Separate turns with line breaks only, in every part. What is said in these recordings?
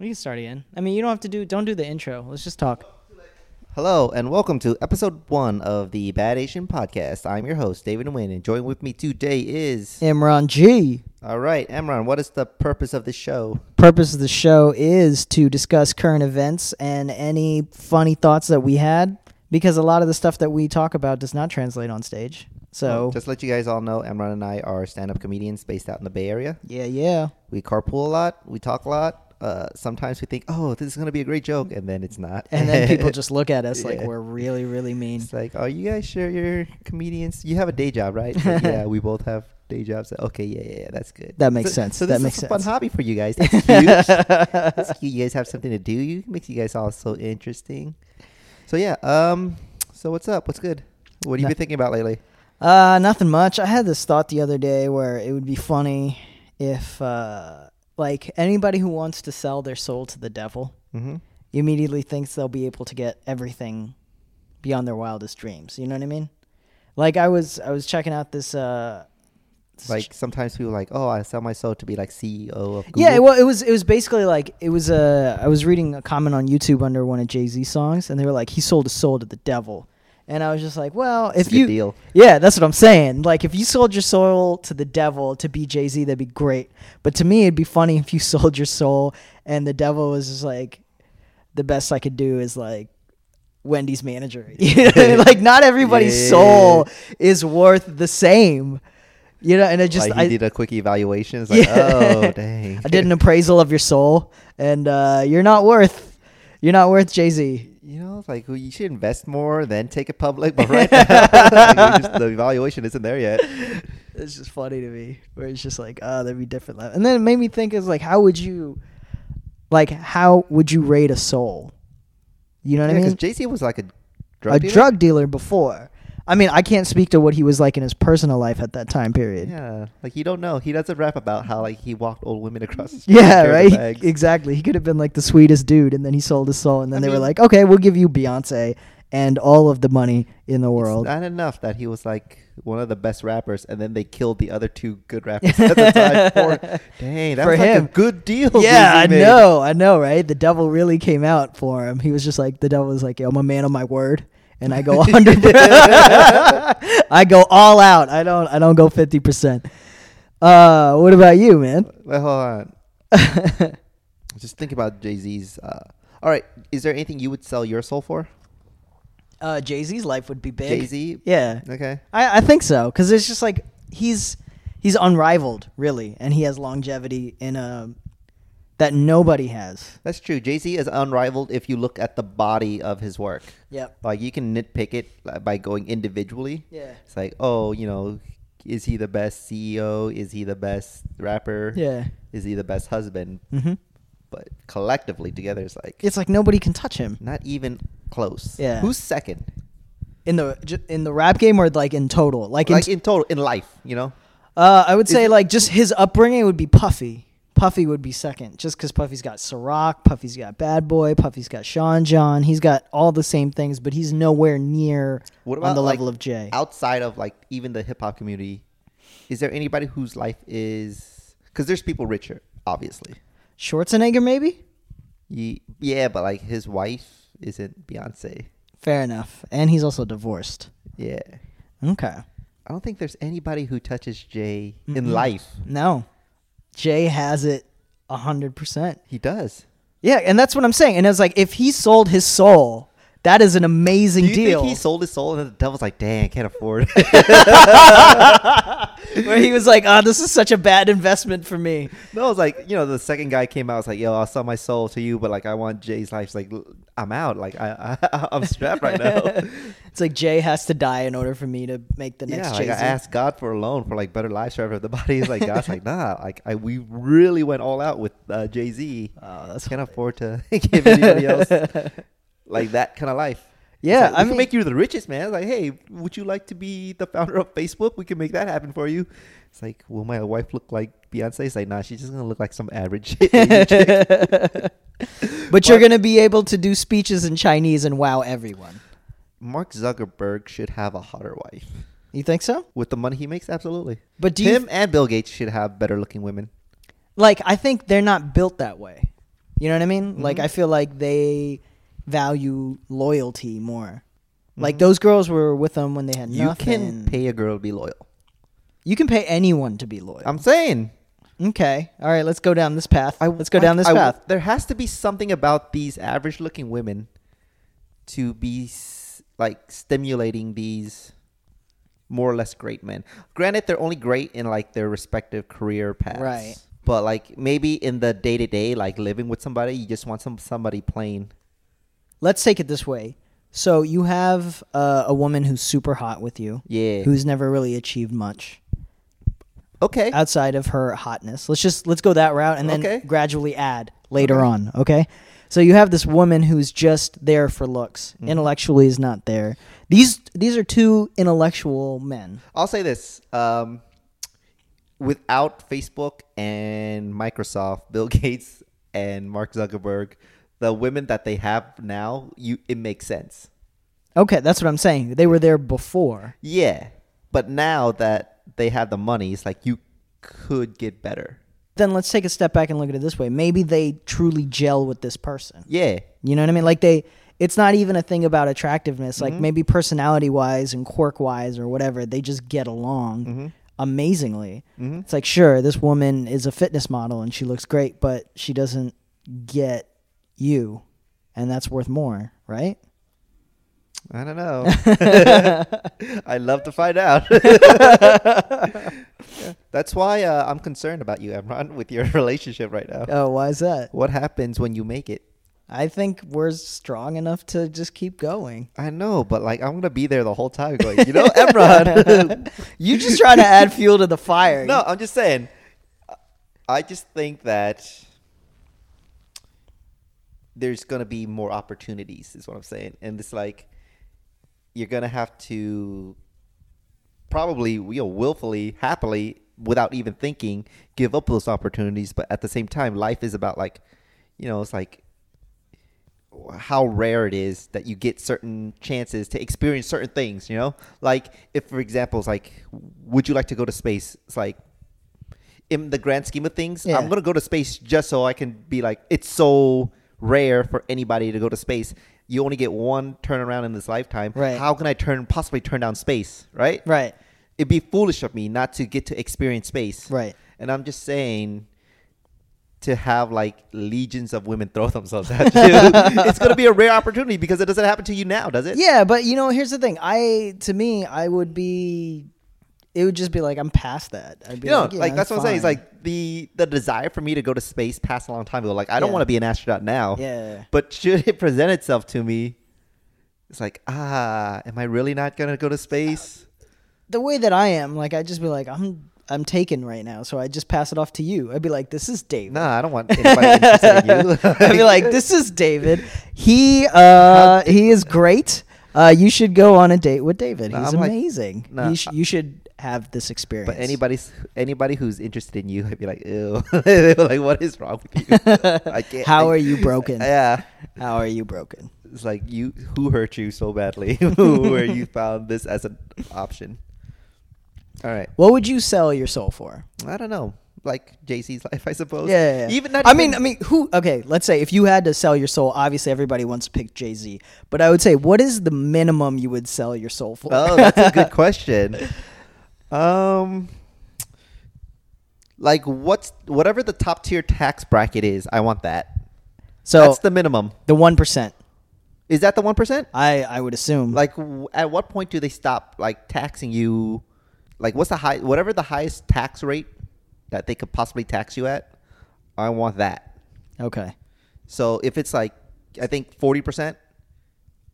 We can start again. I mean, you don't have to do. Don't do the intro. Let's just talk.
Hello and welcome to episode one of the Bad Asian Podcast. I'm your host, David Nguyen, and joined with me today is
Imran G.
All right, Emron, what is the purpose of this show?
Purpose of the show is to discuss current events and any funny thoughts that we had, because a lot of the stuff that we talk about does not translate on stage. So
Oh, Just to let you guys all know, Emron and I are stand up comedians based out in the Bay Area.
yeah, yeah.
We carpool a lot, we talk a lot. Uh, sometimes we think, oh, this is going to be a great joke, and then it's not.
And then people just look at us like
Yeah.
we're really, really mean.
It's like, are you guys sure you're comedians? You have a day job, right? Like, yeah, we both have day jobs. Okay, yeah, yeah, yeah that's good.
That makes
So-
sense.
So
That
this
makes
is a fun
sense.
hobby for you guys. That's huge. That's cute. You guys have something to do. You makes you guys all so interesting. So yeah. Um. So what's up? What's good? What have you
No-
been thinking about lately?
Uh, nothing much. I had this thought the other day where it would be funny if, uh, like, anybody who wants to sell their soul to the devil
Mm-hmm.
immediately thinks they'll be able to get everything beyond their wildest dreams. You know what I mean? Like, I was I was checking out this. Uh, this
Like sometimes people are like, oh, I sell my soul to be like CEO of Google.
Yeah, well, it was it was basically like it was a. I was reading a comment on YouTube under one of Jay Z songs, and they were like, "He sold his soul to the devil," and I was just like, "Well,
It's
if
a good
you
deal.
yeah, that's what I'm saying. Like, if you sold your soul to the devil to be Jay Z, that'd be great. But to me, it'd be funny if you sold your soul and the devil was just like, the best I could do is like." Wendy's manager. You know what I mean? like not everybody's
Yeah.
soul is worth the same. You know, and it just
like he
I,
did a quick evaluation. It's like, oh, dang.
I did an appraisal of your soul, and uh, you're not worth you're not worth Jay Z.
you know, it's like well, you should invest more, then take it public. But right now, like, we're just, the evaluation isn't there yet.
It's just funny to me, where it's just like, oh, that'd be different. level. And then it made me think is like, how would you, like, how would you rate a soul? You know what I mean?
Jay Z was like a drug
a
dealer?
drug dealer before. I mean, I can't speak to what he was like in his personal life at that time period.
Yeah, like you don't know. He doesn't rap about how like he walked old women across the street. and
Yeah,
carried
right.
their bags.
Exactly. He could have been like the sweetest dude, and then he sold his soul, and then
I
they were
mean-
like, "Okay, we'll give you Beyonce and all of the money in the world."
It's not enough that he was like one of the best rappers, and then they killed the other two good rappers at the time. For, dang, that
For
was like
him.
a good deal.
yeah,
Jay-Z
I
made.
know, I know, right? The devil really came out for him. He was just like, the devil was like, "Yo, I'm a man of my word, and I go 100. I go all out. I don't, I don't go 50 percent." Uh, what about you, man?
Wait, hold on. Just think about Jay Z's. Uh, all right, is there anything you would sell your soul for?
uh, Jay Z's life would be big.
Jay Z.
yeah,
Okay.
I, I think so because it's just like he's he's unrivaled, really, and he has longevity in a that nobody has.
That's true. Jay Z is unrivaled if you look at the body of his work.
Yep.
Like you can nitpick it like, by going individually.
Yeah.
It's like, oh, you know, is he the best CEO? Is he the best rapper?
Yeah.
Is he the best husband?
hmm
But collectively together, it's like
It's like nobody can touch him.
not even close.
Yeah.
Who's second?
in the ju- in the rap game or like in total like in,
Like in total, in life, you know.
uh i would say
it-
like just his upbringing would be puffy puffy would be second just because puffy's got Ciroc, puffy's got bad boy puffy's got sean john he's got all the same things but he's nowhere near
What about
on the
like,
level of jay
Outside of like even the hip hop community, is there anybody whose life is? Because there's people richer, obviously.
schwarzenegger maybe
Ye- Yeah, but like his wife isn't Beyonce.
fair enough and he's also divorced
Yeah.
okay
I don't think there's anybody who touches Jay in life.
no jay has it a hundred percent
He does.
yeah and that's what i'm saying and it's like if he sold his soul that is an amazing
Do you
deal
think he sold his soul and the devil's like, dang, I can't afford it?
where he was like, "Ah, this is such a bad investment for me."
no, it's like, you know, the second guy came out, was like, yo, I'll sell my soul to you, but like, I want Jay's life. It's like, "L- I'm out. Like, I, I, I'm strapped right now.
It's like Jay has to die in order for me to make the next
yeah,
yeah,
like, I asked God for a loan for like better life forever. The body is like, God's like, nah, like, I, we really went all out with uh, Jay Z.
Oh, that's
can't afford to give anybody else like that kind of life. It's
Yeah,
like, we
I
can
mean-
make you the richest man. It's like, hey, would you like to be the founder of Facebook? We can make that happen for you. It's like, will my wife look like Beyonce? It's like, nah, she's just gonna look like some average. Asian chick.
but you're gonna be able to do speeches in Chinese and wow everyone.
Mark Zuckerberg should have a hotter wife
You think so?
with the money he makes. Absolutely.
But do you
Him and Bill Gates should have better looking women.
like? I think they're not built that way. You know what I mean? Like
Mhm.
I feel like they value loyalty more. Like
Mhm.
those girls were with them when they had
You
nothing.
can pay a girl to be loyal.
You can pay anyone to be loyal.
I'm saying.
okay. All right. Let's go down this path. let's go
Um, I-
down this
I-
path.
There has to be something about these average-looking women to be s- like stimulating these more or less great men. Granted, they're only great in like their respective career paths,
Right.
But like maybe in the day-to-day, like living with somebody, you just want some somebody plain.
Let's take it this way. So you have uh, a woman who's super hot with you,
Yeah.
who's never really achieved much
okay.
outside of her hotness. Let's just let's go that route and then
Okay.
gradually add later on. Okay. So you have this woman who's just there for looks.
Mm-hmm.
Intellectually is not there. These these are two intellectual men.
I'll say this: um, without Facebook and Microsoft, Bill Gates and Mark Zuckerberg, the women that they have now, you it makes sense.
Okay, that's what I'm saying. They were there before.
Yeah, but now that they have the money, it's like you could get better.
Then let's take a step back and look at it this way. Maybe they truly gel with this person.
Yeah,
You know what I mean? Like they it's not even a thing about attractiveness. Like maybe personality wise and quirk wise or whatever, they just get along amazingly. It's like sure, this woman is a fitness model and she looks great, but she doesn't get you. And that's worth more, right?
I don't know. I love to find out. That's why uh, I'm concerned about you, Emron, with your relationship right now.
Oh, why is that?
What happens when you make it?
I think we're strong enough to just keep going.
I know, but like I'm gonna be there the whole time. Going, you know, Emron.
You just try to add fuel to the fire.
no, I'm just saying. I just think that there's gonna be more opportunities. Is what I'm saying, and it's like you're gonna have to probably, you know, willfully, happily, without even thinking, give up those opportunities. But at the same time, life is about like, you know, it's like how rare it is that you get certain chances to experience certain things, you know? Like if for example it's like would you like to go to space? It's like in the grand scheme of things,
Yeah.
I'm gonna go to space just so I can be like it's so rare for anybody to go to space. You only get one turnaround in this lifetime.
Right.
How can I turn possibly turn down space, right?
Right.
It'd be foolish of me not to get to experience space.
Right.
And I'm just saying to have like legions of women throw themselves at you. it's going to be a rare opportunity because it doesn't happen to you now, does it?
Yeah, but you know, here's the thing. I to me, I would be. It would just be like I'm past that. I'd be
You know,
like, yeah,
like that's what I'm saying. It's
fine.
like the the desire for me to go to space passed a long time ago. Like I don't
Yeah.
want to be an astronaut now.
Yeah.
But should it present itself to me, it's like ah, am I really not going to go to
Uh,
space?
the way that I am. Like I'd just be like I'm I'm taken right now, so I just pass it off to you. I'd be like, this is David.
No, I don't want anybody interested in you.
I'd be like, this is David. He uh he is great. Uh, you should go on a date with David.
No,
He's
I'm like-
amazing.
no,
you, sh- you should have this experience.
But anybody, anybody who's interested in you, I'd be like, ew. They were like, what is wrong with you? I can't.
How
I-
are you broken?
Yeah,
How are you broken?
it's like you. Who hurt you so badly? Where you found this as an option? All right.
What would you sell your soul for?
I don't know. Like Jay Z's life, I suppose.
Yeah, yeah, yeah.
Even not
I
even-
mean, I mean, who? Okay, let's say if you had to sell your soul, obviously everybody wants to pick Jay Z, but I would say, what is the minimum you would sell your soul for?
Oh, that's a good question. Um, like what's whatever the top tier tax bracket is, I want that.
so
that's the minimum.
the one percent,
Is that the one percent?
I I would assume.
like w- at what point do they stop like taxing you like what's the high whatever the highest tax rate that they could possibly tax you at i want that
okay,
so if it's like i think 40%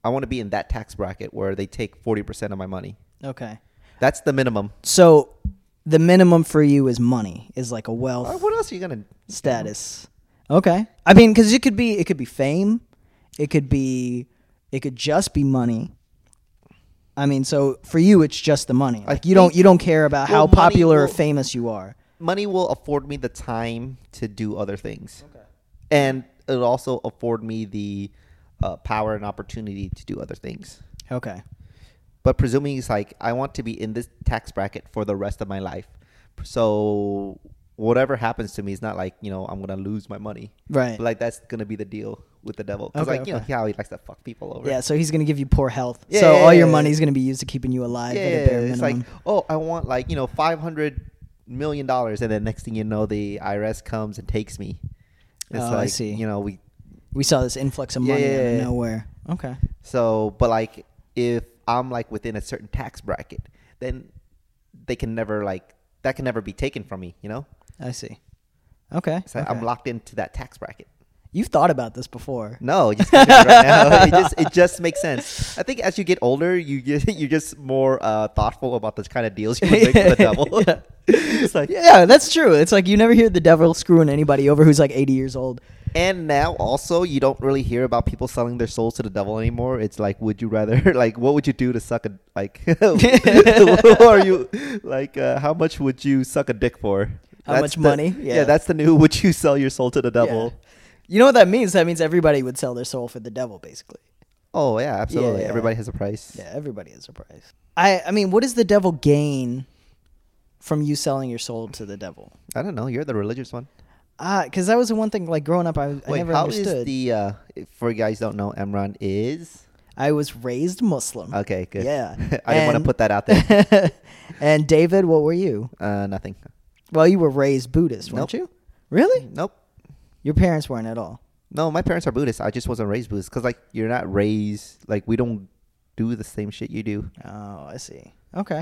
i want to be in that tax bracket where they take 40% of my money
okay.
that's the minimum
So the minimum for you is money, is like a wealth
Uh, what else are you gonna
status. Okay, I mean, because it could be it could be fame, it could be it could just be money. I mean, so for you, it's just the money. Like you don't
think-
you don't care about
well,
how
money
popular or
will-
famous you are.
money will afford me the time to do other things and it'll also afford me the uh, power and opportunity to do other things
Okay.
but presuming it's like I want to be in this tax bracket for the rest of my life. So whatever happens to me is not like you know I'm gonna lose my money.
Right.
But like that's gonna be the deal with the devil. 'Cause,
Okay,
like you know
okay.
how he likes to fuck people over.
Yeah, so he's gonna give you poor health.
Yeah,
so
yeah,
all your
yeah.
money's gonna be used to keeping you alive
yeah.
at a bare
It's
minimum.
like oh I want like you know five hundred million dollars, and then next thing you know the IRS comes and takes me. It's
Oh, I
like,
see.
You know we
we saw this influx of
Yeah,
money
yeah,
out of
yeah.
nowhere. Okay.
So, but like if I'm like within a certain tax bracket, then they can never like that can never be taken from me. You know,
I see. Okay.
so I'm
okay.
locked into that tax bracket.
You've thought about this before.
No, just keep it right now. It just it just makes sense. I think as you get older, you just, you're just more uh, thoughtful about the kind of deals you would make with the devil.
Yeah.
it's like,
Yeah, that's true. It's like you never hear the devil screwing anybody over who's like 80 years old.
and now also you don't really hear about people selling their souls to the devil anymore. It's like, would you rather like what would you do to suck a like? what are you like? Uh, how much would you suck a dick for?
How much
the-
money?
Yeah.
Yeah.
that's the new. Would you sell your soul to the devil?
Yeah. You know what that means? That means everybody would sell their soul for the devil, basically.
Oh yeah, absolutely.
yeah.
Everybody has a price.
Yeah, everybody is a price. I, I mean, what does the devil gain from you selling your soul to the devil?
I don't know. You're the religious one.
Because that was the one thing, like growing up, I, I
Wait,
never
how is
understood.
the? Uh, for you guys don't know, Emran is
I was raised Muslim.
okay. Good.
Yeah.
I didn't want to
And-
put that out there.
and David, what were you?
uh, nothing.
Well, you were raised Buddhist, weren't you?
Nope.
Really?
Nope.
Your parents weren't at all.
No, my parents are Buddhists. I just wasn't raised Buddhist because like you're not raised like we don't do the same shit you do.
Oh, I see. Okay.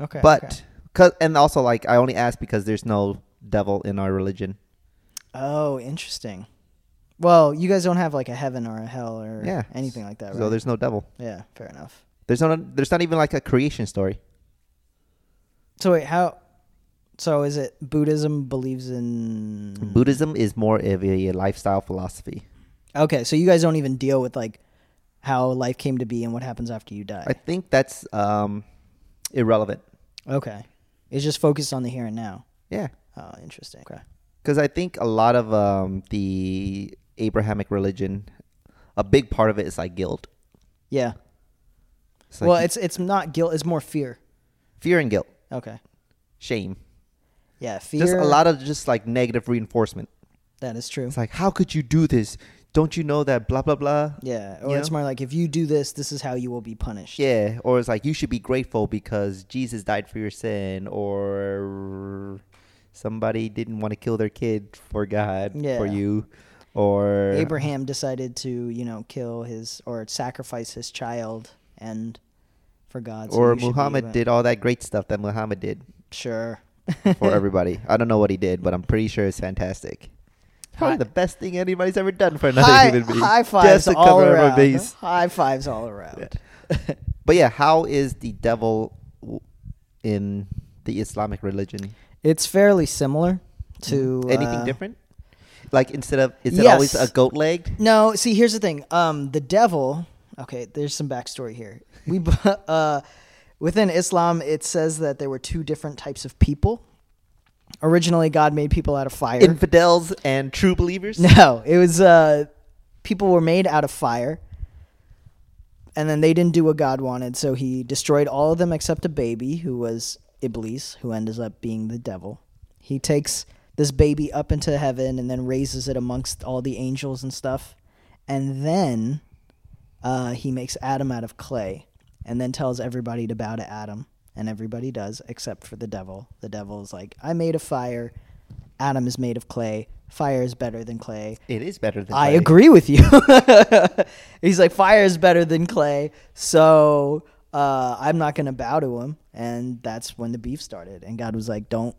Okay. okay.
but cause, and also like I only ask because there's no devil in our religion.
oh, interesting. Well, you guys don't have like a heaven or a hell or
Yeah,
anything like that, right?
So there's no devil.
yeah, fair enough.
There's no. There's not even like a creation story.
So wait, how? So is it Buddhism believes in?
Buddhism is more of a lifestyle philosophy.
Okay, so you guys don't even deal with like how life came to be and what happens after you die.
I think that's um, irrelevant.
okay, it's just focused on the here and now.
Yeah,
Oh, interesting. Okay.
because I think a lot of um, the Abrahamic religion, a big part of it is like guilt.
Yeah.
It's like
Well, it's it's not guilt. It's more fear.
fear and guilt,
Okay.
shame.
Yeah, fear.
Just a lot of just like negative reinforcement.
that is true.
It's like, how could you do this? Don't you know that blah blah blah?
yeah,
you
or it's
know?
more like if you do this, this is how you will be punished.
Yeah, or it's like you should be grateful because Jesus died for your sin, or somebody didn't want to kill their kid for God for
Yeah.
you, or
Abraham decided to, you know, kill his or sacrifice his child and for God. so
or
you should be
Muhammad
about-
did all that great stuff that Muhammad did
Sure.
for everybody. I don't know what he did, but I'm pretty sure it's fantastic. Probably
Hi-
the best thing anybody's ever done for another
high,
human being.
high
just
fives
to
all
cover
around.
every base.
High fives all around.
But yeah, how is the devil w- in the Islamic religion?
It's fairly similar to
Mm-hmm. Anything
uh,
different? Like instead of is it
yes.
always a goat leg?
No, see, here's the thing. Um, the devil. Okay, there's some backstory here. We bu- uh, within Islam, it says that there were two different types of people. Originally, God made people out of fire.
Infidels and true believers.
no, it was uh, people were made out of fire, and then they didn't do what God wanted, so He destroyed all of them except a baby who was Iblis, who ends up being the devil. He takes this baby up into heaven and then raises it amongst all the angels and stuff, and then uh, he makes Adam out of clay, and then tells everybody to bow to Adam, and everybody does except for the devil. The devil is like, "I made a fire." Adam is made of clay. Fire is better than clay.
It is better than
I
clay.
agree with you. He's like, fire is better than clay, so uh, I'm not going to bow to him. And that's when the beef started. And God was like, don't.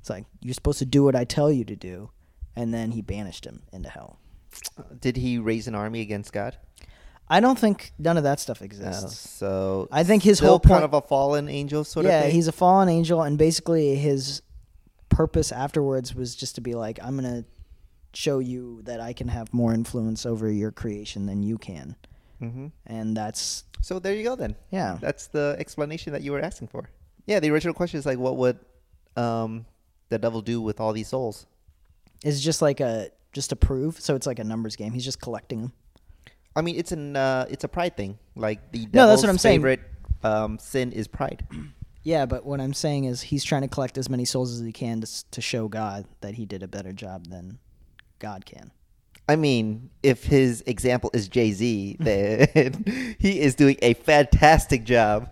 It's like, you're supposed to do what I tell you to do. And then he banished him into hell.
Did he raise an army against God?
I don't think none of that stuff
No.
exists.
So
I think his
still
whole
kind
point-
of a fallen angel sort of
yeah,
thing.
he's a fallen angel, and basically his purpose afterwards was just to be like, I'm gonna show you that I can have more influence over your creation than you can,
hmm
and that's
So there you go then.
yeah,
That's the explanation that you were asking for. Yeah, the original question is like, what would um, the devil do with all these souls?
it's just like a just to prove. So it's like a numbers game. He's just collecting them.
I mean, it's an uh, it's a pride thing. Like the
No, that's
devil's
what I'm saying.
favorite um, sin is pride.
Yeah, but what I'm saying is he's trying to collect as many souls as he can to, s- to show God that he did a better job than God can.
I mean, if his example is Jay Z, then he is doing a fantastic job.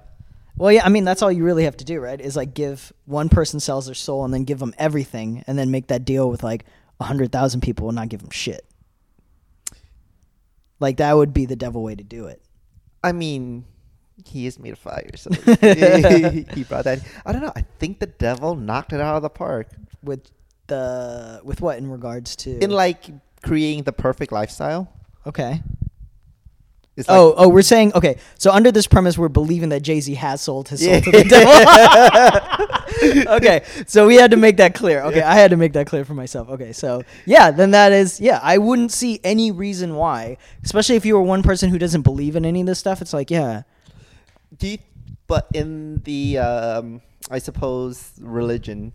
Well, yeah, I mean that's all you really have to do, right? Is like give one person sells their soul and then give them everything, and then make that deal with like a hundred thousand people and not give them shit. Like that would be the devil way to do it.
I mean, he is made of fire, so he brought that. I don't know. I think the devil knocked it out of the park
with the with what in regards to
in like creating the perfect lifestyle.
okay
It's like,
oh oh we're saying okay so under this premise we're believing that jay-z has sold his soul
Yeah.
to the devil okay so we had to make that clear okay i had to make that clear for myself okay so yeah then that is yeah i wouldn't see any reason why especially if you were one person who doesn't believe in any of this stuff it's like yeah
do you, but in the um, I suppose religion,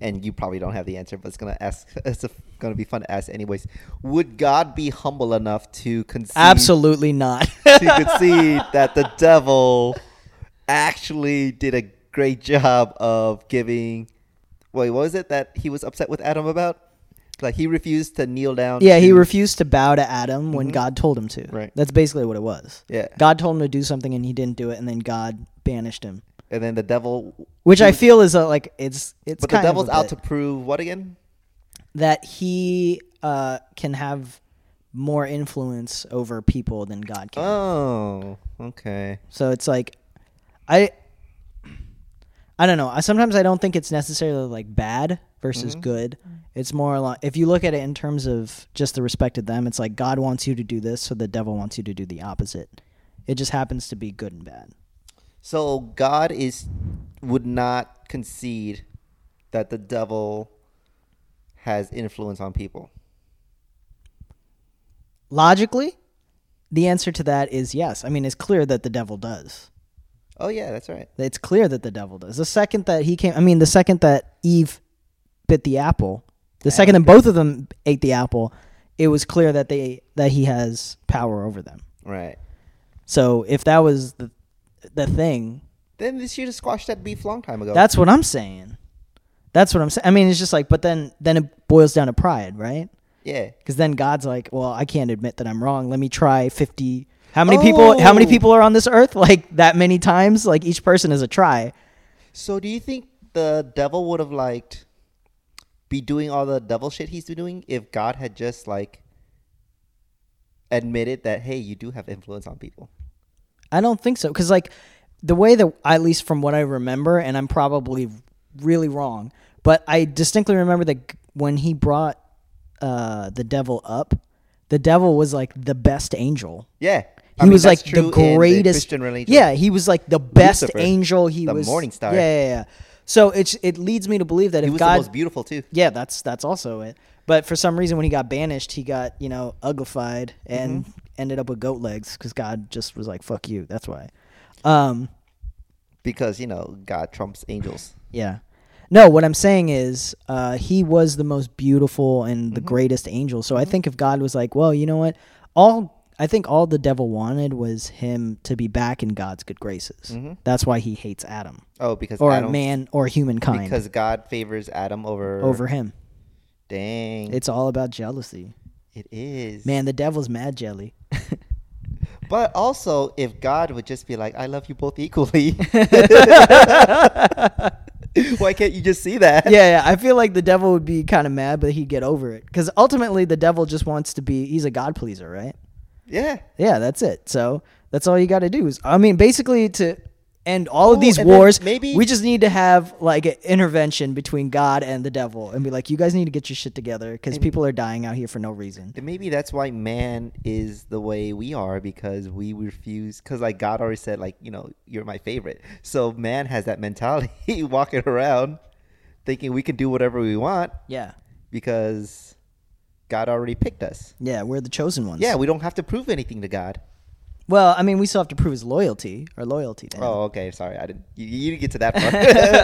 and you probably don't have the answer, but it's gonna ask. It's gonna be fun to ask, anyways. Would God be humble enough to conceive?
absolutely not
to concede that the devil actually did a great job of giving. Wait, what was it that he was upset with Adam about? Like he refused to kneel down.
yeah he
to-
refused to bow to adam when god told him to
Mm-hmm. Right.
that's basically what it was
Yeah,
god told him to do something and he didn't do it and then god banished him
and then the devil.
which I feel is a, like it's it's
But the
kind of
devil's
a
out to
bit
prove what again?
that he uh, can have more influence over people than God can.
Oh, okay.
so it's like I I don't know. I sometimes I don't think it's necessarily like bad versus good. It's more like if you look at it in terms of just the respect of them, it's like God wants you to do this, so the devil wants you to do the opposite. It just happens to be good and bad.
So God is would not concede that the devil has influence on people.
Logically, the answer to that is yes. I mean, it's clear that the devil does.
Oh yeah, that's right.
It's clear that the devil does. The second that he came, I mean, the second that Eve bit the apple, the second that both of them ate the apple, it was clear that they that he has power over them.
Right.
So if that was the the thing,
Then this should have squashed that beef long time ago.
that's what I'm saying. That's what I'm saying. I mean, it's just like, but then then it boils down to pride, right?
yeah.
Because then God's like, well, I can't admit that I'm wrong. Let me try fifty. How many people? How many
Oh.
people are on this earth? Like that many times? Like each person is a try.
So do you think the devil would have liked be doing all the devil shit he's been doing if God had just like admitted that hey, you do have influence on people?
I don't think so. Because, like, the way that, at least from what I remember, and I'm probably really wrong, but I distinctly remember that g- when he brought uh, the devil up, the devil was like the best angel.
Yeah.
He was like the greatest.
Christian religion.
yeah, he was like the best
Lucifer,
angel. He
the
was
morning star.
Yeah, yeah, yeah. So it's it leads me to believe that
He
if
was
God,
the most beautiful too.
yeah, that's that's also it. But for some reason, when he got banished, he got you know uglified and
Mm-hmm.
ended up with goat legs because God just was like, "Fuck you." That's why. Um,
Because, you know, God trumps angels.
yeah. No, what I'm saying is, uh, he was the most beautiful and
Mm-hmm.
the greatest angel. So I think if God was like, "Well, you know what? All I think all the devil wanted was him to be back in God's good graces. That's why he hates Adam
Oh, because
or
Mm-hmm. Adam
man or humankind
because God favors Adam over
over him.
dang.
It's all about jealousy.
it is.
Man, the devil's mad jelly.
But also, if God would just be like, I love you both equally, why can't you just see that?
yeah, yeah, I feel like the devil would be kind of mad, but he'd get over it because ultimately the devil just wants to be. He's a god pleaser, right?
Yeah.
Yeah, that's it. So that's all you got to do is, I mean, basically to end all of
Ooh,
these
and then
wars,
maybe-
we just need to have like an intervention between God and the devil and be like, you guys need to get your shit together because people are dying out here for no reason.
Then Maybe that's why man is the way we are because we refuse. Because like God already said, like you know, you're my favorite. So man has that mentality walking around, thinking we can do whatever we want
Yeah,
because God already picked us.
yeah, we're the chosen ones.
Yeah, we don't have to prove anything to God.
Well, I mean, we still have to prove his loyalty, our loyalty to him.
Oh, okay. Sorry, I didn't. You, you didn't get to that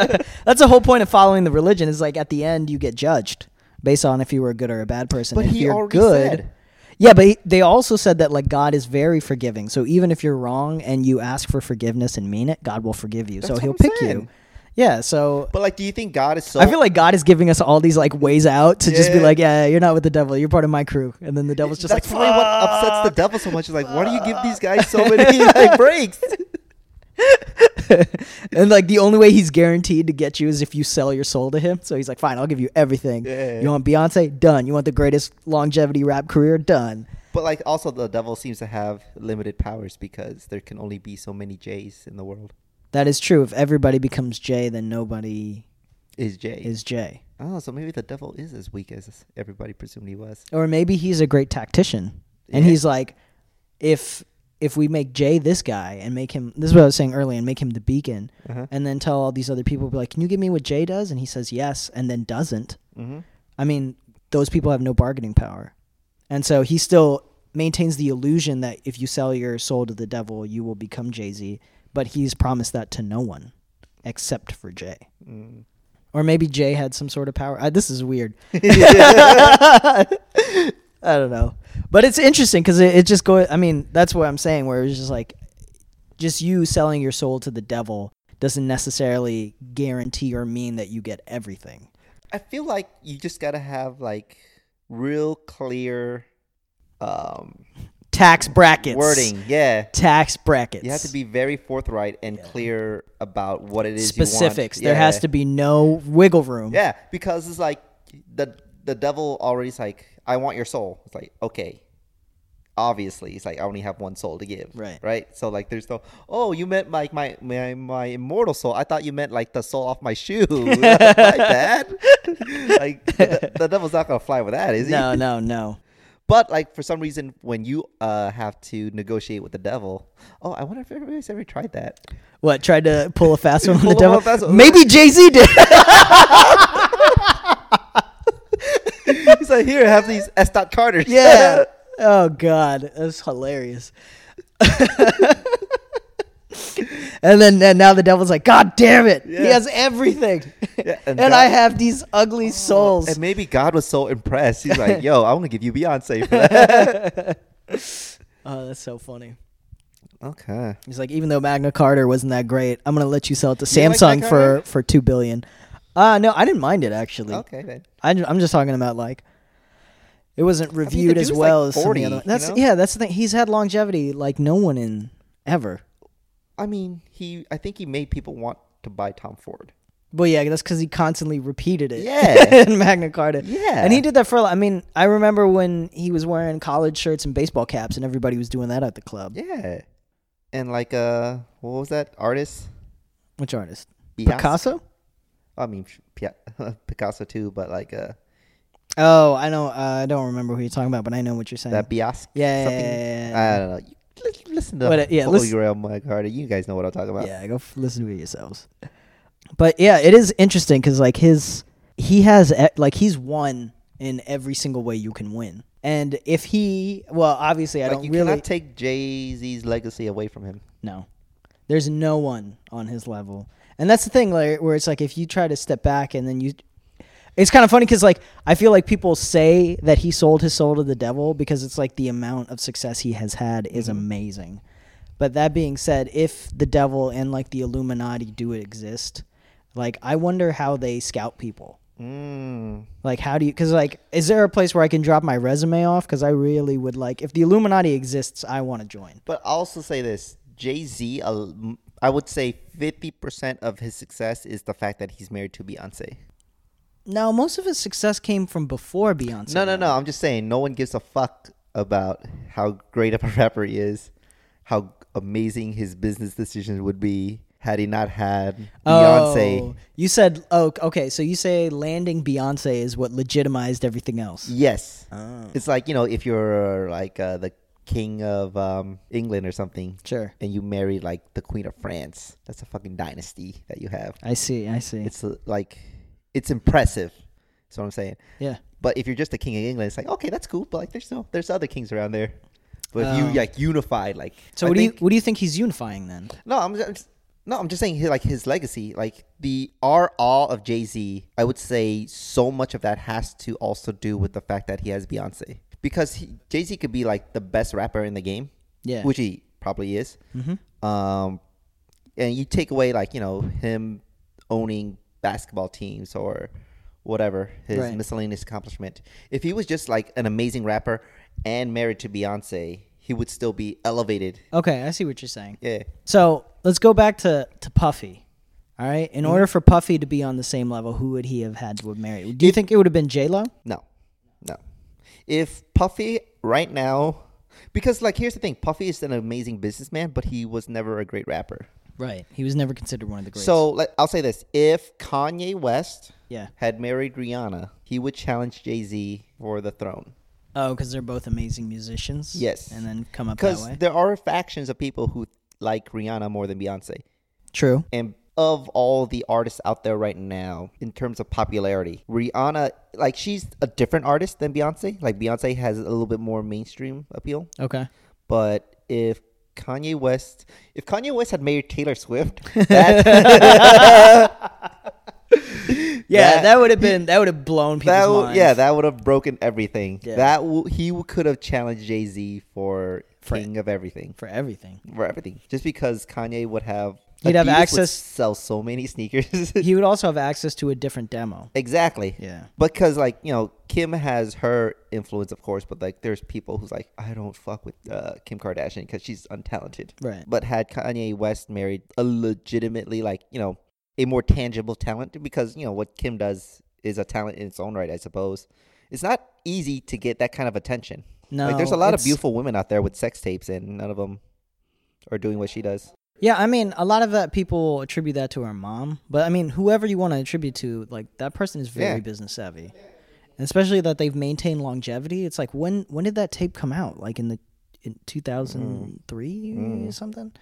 part.
That's the whole point of following the religion. Is like at the end you get judged based on if you were a good or a bad person.
But
if
he
you're
already
good,
said.
yeah. But he, they also said that like God is very forgiving. So even if you're wrong and you ask for forgiveness and mean it, God will forgive you. so
That's
He'll
what I'm
pick you.
saying.
Yeah, so
But like, do you think God is so?
I feel like God is giving us all these like ways out to just be
Yeah.
like, yeah, you're not with the devil, you're part of my crew, and then the devil's just like,
that's probably what upsets the devil so much. Is like, why do you give these guys so many like breaks?
and like the only way he's guaranteed to get you is if you sell your soul to him. So he's like, fine, I'll give you everything.
Yeah.
You want Beyonce? Done. You want the greatest longevity rap career? Done.
But like, also the devil seems to have limited powers because there can only be so many J's in the world.
That is true. If everybody becomes Jay, then nobody
Is J?
is Jay.
oh, so maybe the devil is as weak as everybody presumed he was.
Or maybe he's a great tactician, and
Yeah.
he's like, if if we make Jay this guy and make him this is what I was saying earlier and make him the beacon,
Uh-huh.
and then tell all these other people, be like, can you give me what Jay does? And he says yes, and then doesn't.
Mm-hmm.
I mean, those people have no bargaining power. And so he still maintains the illusion that if you sell your soul to the devil, you will become Jay Z. But he's promised that to no one except for Jay.
Mm.
Or maybe Jay had some sort of power. Uh, this is weird. I don't know. But it's interesting because it, it just goes, I mean, that's what I'm saying, where it's just like, just you selling your soul to the devil doesn't necessarily guarantee or mean that you get everything.
I feel like you just gotta have like real clear um,
Tax brackets.
wording. Yeah,
tax brackets.
you have to be very forthright and clear about what it is.
specifics.
You want.
There has to be no wiggle room.
Yeah, because it's like the the devil already is like, I want your soul. It's like okay. Obviously, it's like I only have one soul to give.
Right.
Right. So like, there's no. Oh, you meant like my my my immortal soul. I thought you meant like the soul off my shoe. my bad. like the, the devil's not gonna fly with that, is he?
No, no, no.
But like for some reason, when you uh have to negotiate with the devil, oh, I wonder if everybody's ever tried that.
What? Tried to pull a fast one on the
Pull a
devil?
fast one.
Maybe Jay Z did.
He's like, here, have these S. Dot Carters.
yeah. Oh God, that's hilarious. and then and now the devil's like, God damn it! He
Yeah.
has everything,
Yeah,
and,
and
I
God-
have these ugly souls.
and maybe God was so impressed. He's like, yo, I want to give you Beyonce for that.
oh, that's so funny.
okay.
He's like, even though Magna Carta wasn't that great, I'm gonna let you sell it to
You like
Samsung
Magna
for
Carta? Oh.
for two billion. Uh no, I didn't mind it actually.
Okay, then.
I, am just talking about like it wasn't reviewed
the
as
dude's,
well
like,
as some of the
40,
other.
you
That's
know?
yeah, that's the thing. He's had longevity like no one in ever.
I mean, he. I think he made people want to buy Tom Ford.
Well, yeah, that's because he constantly repeated it.
Yeah.
in Magna Carta.
Yeah.
and he did that for. a lot. I mean, I remember when he was wearing college shirts and baseball caps, and everybody was doing that at the club.
Yeah. And like, uh, what was that artist?
Which artist?
Beyonce.
Picasso.
I mean, Pia- Picasso too, but like, uh,
Oh, I know. Uh, I don't remember who you're talking about, but I know what you're saying.
that uh, Bias.
yeah, yeah,
something?
yeah, yeah,
I don't know. You- li- Listen to
But, uh, yeah,
Holy
listen-
Grail Mike Carter. You guys know what I'm talking about.
Yeah, go f- listen to it yourselves. But yeah, it is interesting because like his he has e- like he's won in every single way you can win, and if he well obviously I
Like,
don't
you
really
cannot take Jay Z's legacy away from him.
no, there's no one on his level, and that's the thing like where it's like if you try to step back and then you. It's kind of funny because, like, I feel like people say that he sold his soul to the devil because it's like the amount of success he has had is amazing. But that being said, if the devil and like the Illuminati do exist, like I wonder how they scout people.
Mm.
Like, how do you? Because like, is there a place where I can drop my resume off? Because I really would like, if the Illuminati exists, I want to join.
But I'll also say this Jay Z, I would say 50% of his success is the fact that he's married to Beyonce.
Now, most of his success came from before Beyonce.
No, no, no. I'm just saying, no one gives a fuck about how great of a rapper he is, how amazing his business decisions would be had he not had Beyonce.
Oh, you said, oh, okay. So you say landing Beyonce is what legitimized everything else.
Yes. It's like, you know, if you're like uh, the king of um, England or something.
Sure.
And you marry like the queen of France. That's a fucking dynasty that you have.
I see. I see.
It's uh, like, it's impressive. That's what I'm saying.
yeah.
But if you're just the king of England, it's like okay, that's cool. But like, there's no, there's other kings around there. But if
Oh.
you like unified, like
So
I
what do
think-
you what do you think he's unifying then?
No, I'm just, I'm just- no, I'm just saying his, like his legacy, like the R all of Jay Z. I would say so much of that has to also do with the fact that he has Beyonce, because Jay Z could be like the best rapper in the game,
Yeah. Mm-hmm.
which he probably is. Um, and you take away like you know him owning basketball teams or whatever his
Right.
miscellaneous accomplishment. If he was just like an amazing rapper and married to Beyonce, he would still be elevated.
Okay, I see what you're saying.
Yeah.
So let's go back to, to Puffy. All right. In order for Puffy to be on the same level, who would he have had to have married? Do you think it would have been J Lo?
No. No. If Puffy right now because like here's the thing, Puffy is an amazing businessman, but he was never a great rapper.
Right. He was never considered one of the greats.
So let, I'll say this: if Kanye West
yeah.
had married Rihanna, he would challenge Jay Z for the throne.
Oh, because they're both amazing musicians.
Yes.
And then come up that
Because
way.
there are factions of people who like Rihanna more than Beyonce,
True.
and of all the artists out there right now in terms of popularity, Rihanna like she's a different artist than Beyonce. Like Beyonce has a little bit more mainstream appeal,
Okay.
but if Kanye West, if Kanye West had married Taylor Swift, that,
Yeah, that, would have been that would have blown people's
that w-
minds.
yeah, that would have broken everything.
Yeah.
That w- he w- could have challenged Jay Z for
For-
king of everything,
for everything.
for everything, just because Kanye would have
He'd have
Adidas would
access-
sell so many sneakers.
He would also have access to a different demo.
exactly.
Yeah.
Because like you know, Kim has her influence, of course, but like there's people who's like, I don't fuck with uh, Kim Kardashian because she's untalented.
Right.
But had Kanye West married a legitimately like you know a more tangible talent, because you know what Kim does is a talent in its own right, I suppose. It's not easy to get that kind of attention.
No.
like there's a lot of
it's-
beautiful women out there with sex tapes, and none of them are doing what she does.
Yeah, I mean, a lot of that people attribute that to her mom, but I mean, whoever you want to attribute to, like that person is very
Yeah.
business savvy, and especially that they've maintained longevity. It's like when when did that tape come out? Like in the in two thousand three or something.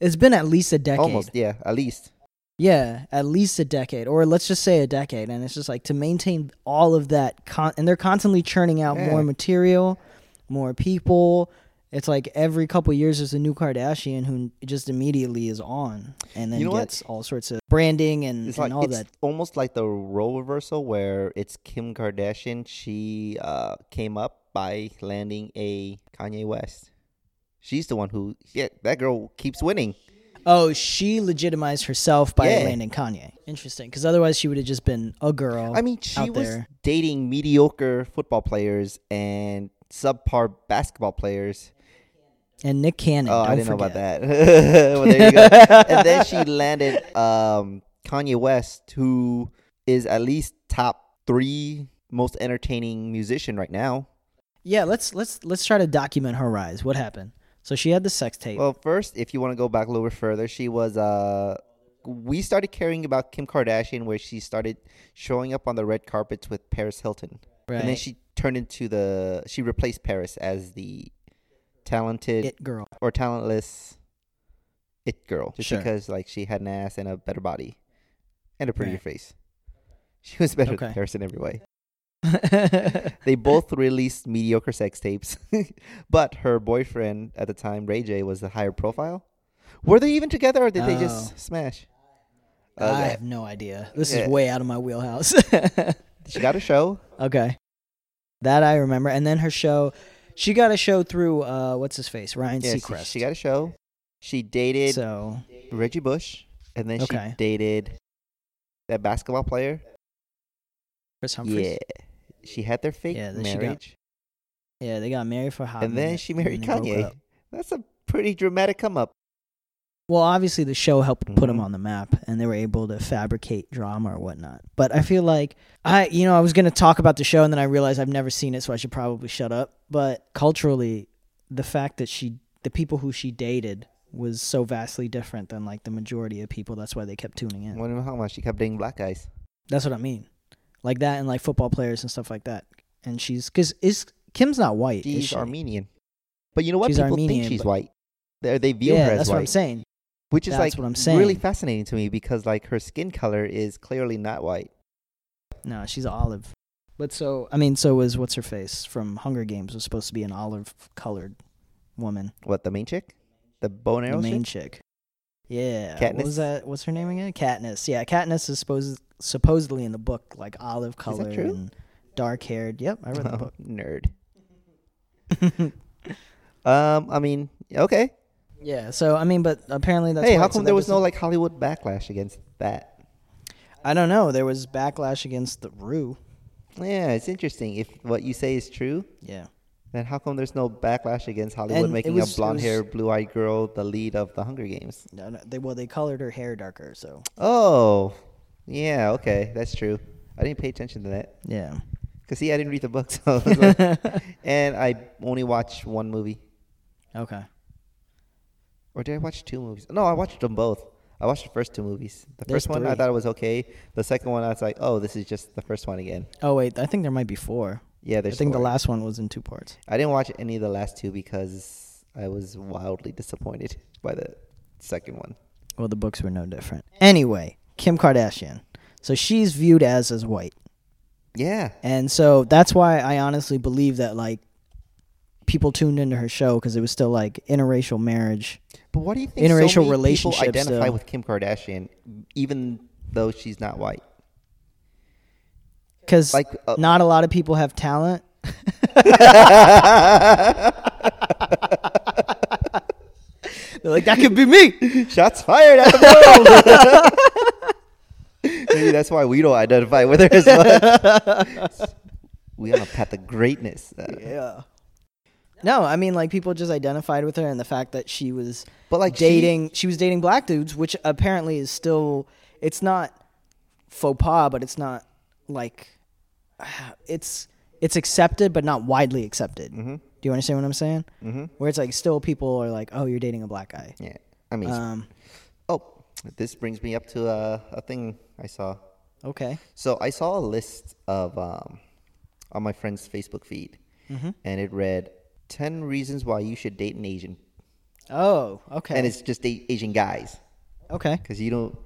It's been at least a decade.
Mm. Almost, yeah, at least.
Yeah, at least a decade, or let's just say a decade. And it's just like to maintain all of that, con- and they're constantly churning out
Yeah.
more material, more people. It's like every couple years there's a new Kardashian who just immediately is on, and then
You know what?
gets all sorts of branding and,
It's
and
like
all
it's
that.
almost like the role reversal where it's Kim Kardashian. She uh, came up by landing a Kanye West. She's the one who, yeah, that girl keeps winning.
Oh, she legitimized herself by
Yeah.
landing Kanye. Interesting, because otherwise she would have just been a girl.
I mean, she
out
was
there.
dating mediocre football players and subpar basketball players.
and Nick Cannon.
Oh,
don't
I didn't know about
forget.
that. well, there you go. and then she landed um, Kanye West, who is at least top three most entertaining musician right now.
Yeah, let's let's let's try to document her rise. What happened? So she had the sex tape.
Well, first, if you want to go back a little bit further, she was uh we started caring about Kim Kardashian where she started showing up on the red carpets with Paris Hilton.
right.
And then she turned into the she replaced Paris as the talented
it girl.
or talentless it girl just
Sure.
because like she had an ass and a better body and a prettier
Right.
face. She was better
Okay.
than Paris in every way.
right.
They both released mediocre sex tapes, but her boyfriend at the time, Ray J, was the higher profile. Were they even together, or did they
Oh.
just smash? Uh,
I
Okay.
have no idea. This
Yeah.
is way out of my wheelhouse.
She got a show.
okay. That I remember. And then her show, she got a show through, uh, what's his face? Ryan
Yeah, she-
Seacrest.
She got a show. She dated
So,
Reggie Bush, and then
Okay.
she dated that basketball player.
Chris Humphries.
Yeah, she had their fake
Yeah, then she got
marriage,
Yeah. they got married for a hot
and then
minute,
she married
and they broke
Kanye.
up.
That's a pretty dramatic come up.
Well, obviously the show helped put them
Mhm.
on the map, and they were able to fabricate drama or whatnot. But I feel like I, you know, I was gonna talk about the show, and then I realized I've never seen it, so I should probably shut up. But culturally, the fact that she, the people who she dated, was so vastly different than like the majority of people. That's why they kept tuning in.
Wonder how much she kept dating black guys.
That's what I mean, like that, and like football players and stuff like that. And she's because is Kim's not white. is
She's
she?
Armenian, but you know what?
She's
People
Armenian,
think she's
but-
white. They they view
Yeah,
her as
that's
white.
what I'm saying.
which is
That's
like
what I'm
really
saying.
fascinating to me because like her skin color is clearly not white.
No, she's olive. But so I mean, so was what's her face from Hunger Games was supposed to be an olive colored woman,
What the main chick, the bone
the
arrow
main
chick?
chick. Yeah, what
Katniss?
was that? What's her name again? Katniss. Yeah, Katniss is supposed supposedly in the book like olive colored
true?
and dark haired. Yep, I read the
Oh,
book.
nerd. Oh. Um, I mean, okay.
yeah, so I mean, but apparently that's
hey,
why-
how
so
come
that
there was no
doesn't-
like Hollywood backlash against that?
I don't know. There was backlash against the Rue.
Yeah, it's interesting. If what you say is true,
Yeah.
then how come there's no backlash against Hollywood
And it
making
was-
a
it
blonde haired
was-
blue eyed girl the lead of the Hunger Games?
No, no, they well they colored her hair darker, so
Oh, yeah, okay, that's true. I didn't pay attention to that.
yeah.
Because, see, I didn't read the book, so. I was like- and I only watched one movie.
Okay.
Or did I watch two movies? No, I watched them both. I watched the first two movies. The
There's
first one, I
three.
thought it was okay. The second one, I was like, oh, this is just the first one again.
Oh wait, I think there might be four.
Yeah,
I
there's
think the
four.
last one was in two parts.
I didn't watch any of the last two because I was wildly disappointed by the second one.
Well, the books were no different. Anyway, Kim Kardashian. So she's viewed as as white.
Yeah.
And so that's why I honestly believe that like people tuned into her show because it was still like interracial marriage.
But why do you think
Interracial
so many
relationships,
people identify
though.
with Kim Kardashian even though she's not white?
Because
Like,
like,
uh,
not a lot of people have talent. They're like, that could be me.
Shots fired at the world. Maybe that's why we don't identify with her as much. we on a path of greatness. Uh,
Yeah. No, I mean like people just identified with her and the fact that she was
But, like, she-
dating she, was dating black dudes, which apparently is still it's not faux pas, but it's not like it's it's accepted but not widely accepted.
Mm-hmm.
Do you understand what I'm saying? Mm-hmm. Where it's like still people are like, oh, you're dating a black guy.
Yeah. I mean,
Um,
oh, this brings me up to a, a thing I saw.
okay.
So I saw a list of um, on my friend's Facebook feed,
Mm-hmm.
and it read 10 reasons why you should date an Asian.
Oh, okay.
And it's just date Asian guys
okay.
because you don't.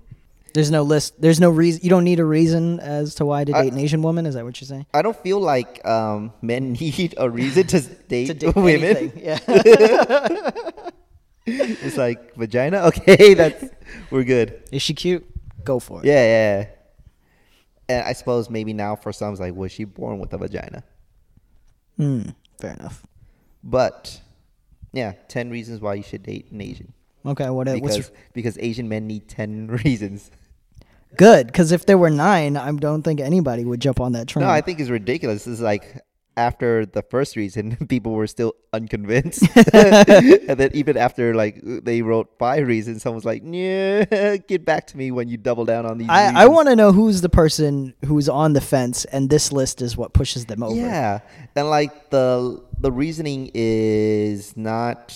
There's no list. There's no reason. You don't need a reason as to why to
I-
date an Asian woman. Is that what you're saying?
I don't feel like um, men need a reason to date,
To date
women.
anything, Yeah.
It's like vagina. Okay, that's we're good.
Is she cute? Go for it.
Yeah, yeah. And I suppose maybe now for some, it's like, was she born with a vagina?
Hmm. fair enough.
But yeah, ten reasons why you should date an Asian
Okay. What? e-,
because
What's
because Asian men need ten reasons.
good? Because if there were nine, I don't think anybody would jump on that train.
No, I think it's ridiculous. It's like after the first reason, people were still unconvinced, and then even after like they wrote five reasons, someone's like, "Yeah, get back to me when you double down on these."
I, I
reasons."
want to know who's the person who's on the fence, and this list is what pushes them over.
Yeah, and like the the reasoning is not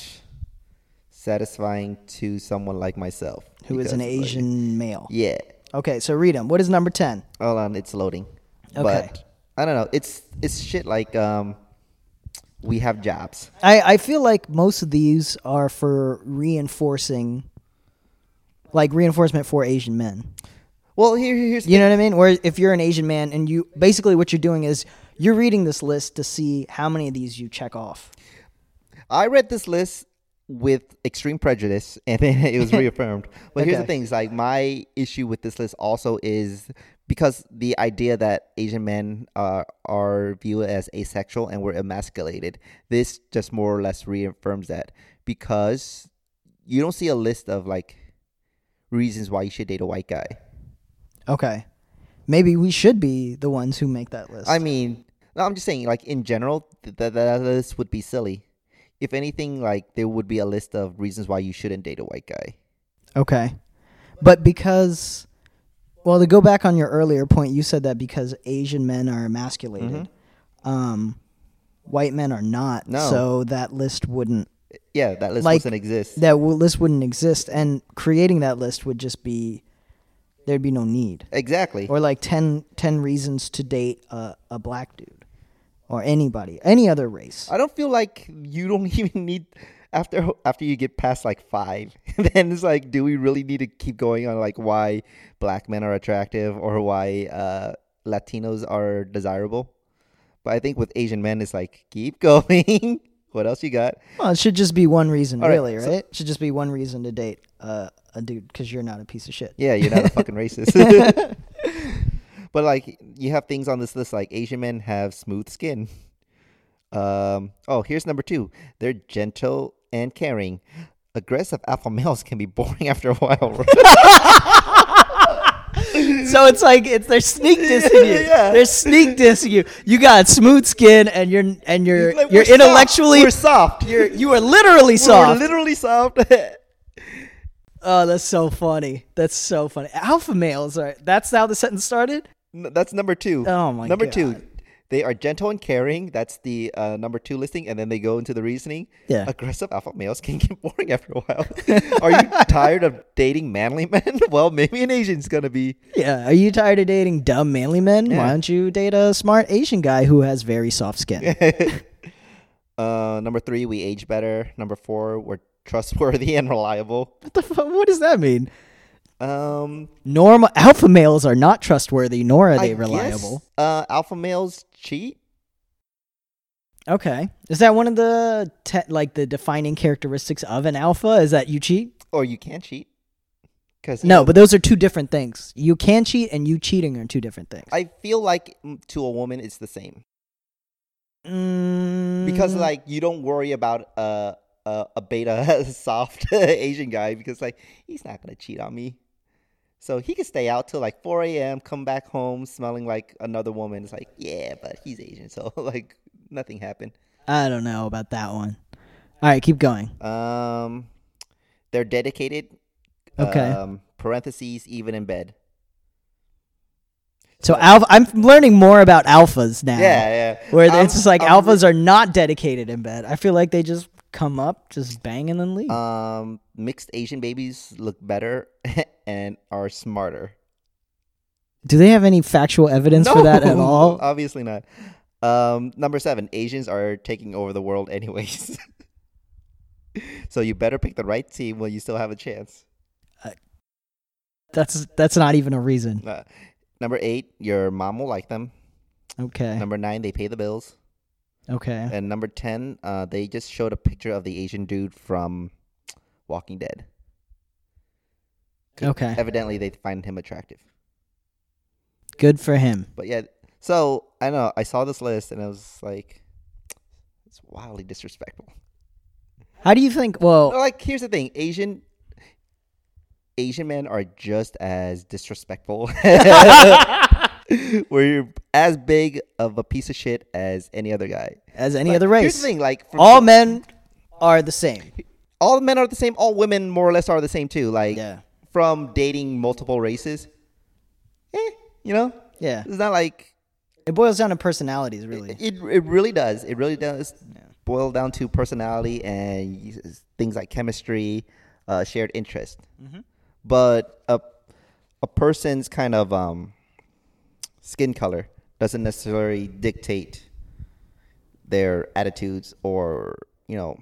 satisfying to someone like myself,
Who is an
because, like,
Asian male?
yeah,
Okay, so read them. What is number ten?
hold on, it's loading.
Okay.
But I don't know. It's it's shit like um, we have jobs.
I, I feel like most of these are for reinforcing, like reinforcement for Asian men.
Well, here here- here's
You know what I mean? Where if you're an Asian man and you basically what you're doing is you're reading this list to see how many of these you check off.
I read this list with extreme prejudice, and then it was reaffirmed. But here's the
Okay.
thing: is like my issue with this list also is because the idea that Asian men uh, are viewed as asexual and were emasculated. This just more or less reaffirms that because you don't see a list of like reasons why you should date a white guy.
Okay. Maybe we should be the ones who make that list.
I mean, no, I'm just saying, like in general, th- th- that list would be silly. If anything, like there would be a list of reasons why you shouldn't date a white guy.
okay. But because well, to go back on your earlier point, you said that because Asian men are emasculated, um, white men are not.
No.
So that list wouldn't
Yeah, that list
Like,
doesn't exist.
that w- list wouldn't exist, and creating that list would just be there'd be no need.
exactly.
or like 10, 10 reasons to date a, a black dude or anybody any other race
I don't feel like you don't even need after after you get past like five. then it's like, do we really need to keep going on like why black men are attractive or why uh, Latinos are desirable? But I think with Asian men, it's like keep going. what else you got?
well it should just be one reason
All right,
really
so-
right it should just be one reason to date uh, a dude because you're not a piece of shit
Yeah, you're not a fucking racist. but like you have things on this list like Asian men have smooth skin. Um oh, here's number 2. They're gentle and caring. Aggressive alpha males can be boring after a while.
so it's like it's they're sneak dissing you.
Yeah.
They're sneak dissing you. You got smooth skin and you're and you're
Like,
you're
we're soft.
intellectually
We're soft.
you're you are literally soft.
We're literally soft.
oh, that's so funny. That's so funny. Alpha males are. That's how the sentence started.
N- That's number two.
Oh my
Number two.
God.
They are gentle and caring. That's the uh, number two listing, and then they go into the reasoning.
Yeah.
Aggressive alpha males can get boring after a while. are you tired of dating manly men? well, maybe an Asian's gonna be.
Yeah. Are you tired of dating dumb manly men? Why
Yeah.
don't you date a smart Asian guy who has very soft skin?
Uh, number three, we age better. Number four, we're trustworthy and reliable.
what the fuck? What does that mean?
Um,
Normal alpha males are not trustworthy, nor are they
I guess,
reliable.
uh, alpha males cheat.
Okay, is that one of the te- like the defining characteristics of an alpha? Is that you cheat?
or you can cheat. Because
No, but those are two different things. You can cheat and you cheating are two different things.
I feel like mm, to a woman it's the same
Mm,
because like you don't worry about a a, a beta soft Asian guy because like he's not gonna cheat on me, so he can stay out till like 4 a.m. Come back home smelling like another woman. It's like yeah, but he's Asian, so like nothing happened.
I don't know about that one. All right, keep going.
Um, they're dedicated.
Okay.
Um, parentheses even in bed.
So alpha, I'm learning more about alphas now.
Yeah, yeah.
Where
I'm-
it's just like
I'm
alphas are not dedicated in bed. I feel like they just come up, just bang and then leave.
Um, mixed Asian babies look better and are smarter.
Do they have any factual evidence for that at all?
Obviously not. Um, number seven, Asians are taking over the world anyways. so you better pick the right team while you still have a chance.
That's that's not even a reason.
Uh, number eight, your mom will like them.
Okay.
Number nine, they pay the bills.
Okay.
And number ten, uh, they just showed a picture of the Asian dude from Walking Dead.
Okay.
Evidently, they find him attractive.
Good for him.
But yeah, so I know I saw this list and I was like, it's wildly disrespectful.
How do you think? Well,
Like, here's the thing: Asian Asian men are just as disrespectful. We're as big of a piece of shit as any other guy.
as any
Like,
other
Here's
race,
the thing: like, for
all men are the same.
all men are the same. All women, more or less, are the same too. Like,
Yeah.
from dating multiple races, eh? You know,
Yeah.
it's not like
It boils down to personalities, really.
It it really does. It really does boil down to personality and y- s- things like chemistry, uh, shared interest. But a a person's kind of um, skin color doesn't necessarily dictate their attitudes or you know.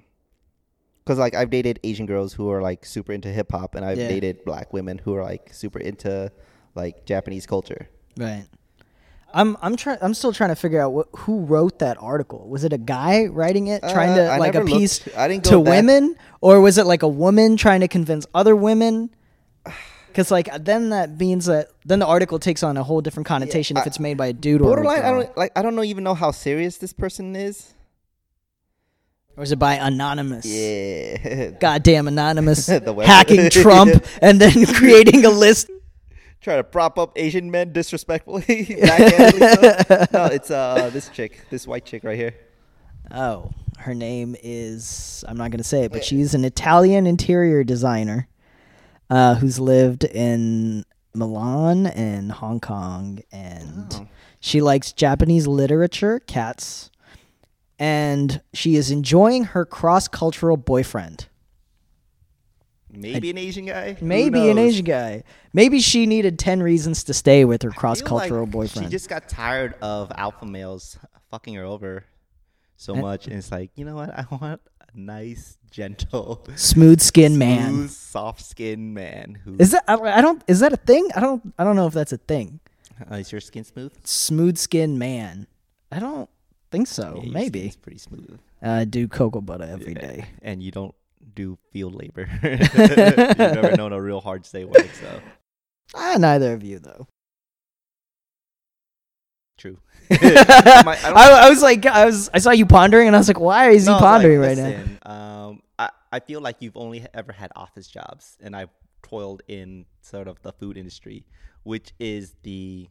Cause like I've dated Asian girls who are like super into hip hop, and I've
Yeah.
dated black women who are like super into like Japanese culture.
Right. I'm I'm trying I'm still trying to figure out what, who wrote that article. Was it a guy writing it, trying to
Uh, I
like
never
appease
looked. I didn't
to
go that-
women, or was it like a woman trying to convince other women? Because like then that means that then the article takes on a whole different connotation if
I-
it's made by a dude or a
Borderline, I
girl.
don't like. I don't know even know how serious this person is.
or is it by anonymous?
Yeah.
Goddamn anonymous
The web-
hacking Trump and then creating a list.
Try to prop up Asian men disrespectfully. backhandedly. no, it's uh this chick, this white chick right here.
Oh, her name is I'm not going to say it, but she's an Italian interior designer uh, who's lived in Milan and Hong Kong, and
Oh.
she likes Japanese literature, cats, and she is enjoying her cross-cultural boyfriend.
Maybe an Asian guy. Who
Maybe an
knows?
Asian guy. Maybe she needed ten reasons to stay with her
I feel like
cross-cultural boyfriend.
She just got tired of alpha males fucking her over so much, and it's like, you know what? I want a nice, gentle,
Smooth skin man.
smooth, soft-skinned man who
Is that I, I don't is that a thing? I don't I don't know if that's a thing.
Uh, is your skin smooth?
smooth skinned man. I don't think so.
Yeah, your
Maybe
skin's pretty smooth.
I do cocoa butter every day.
and you don't do field labor. You've never known a real hard day work, so
Ah, neither of you though.
true.
I,
don't-
I, was like, I was, I saw you pondering, and I was like, why is he pondering right now?
now? Um, I, I feel like you've only ever had office jobs, and I've toiled in sort of the food industry which is the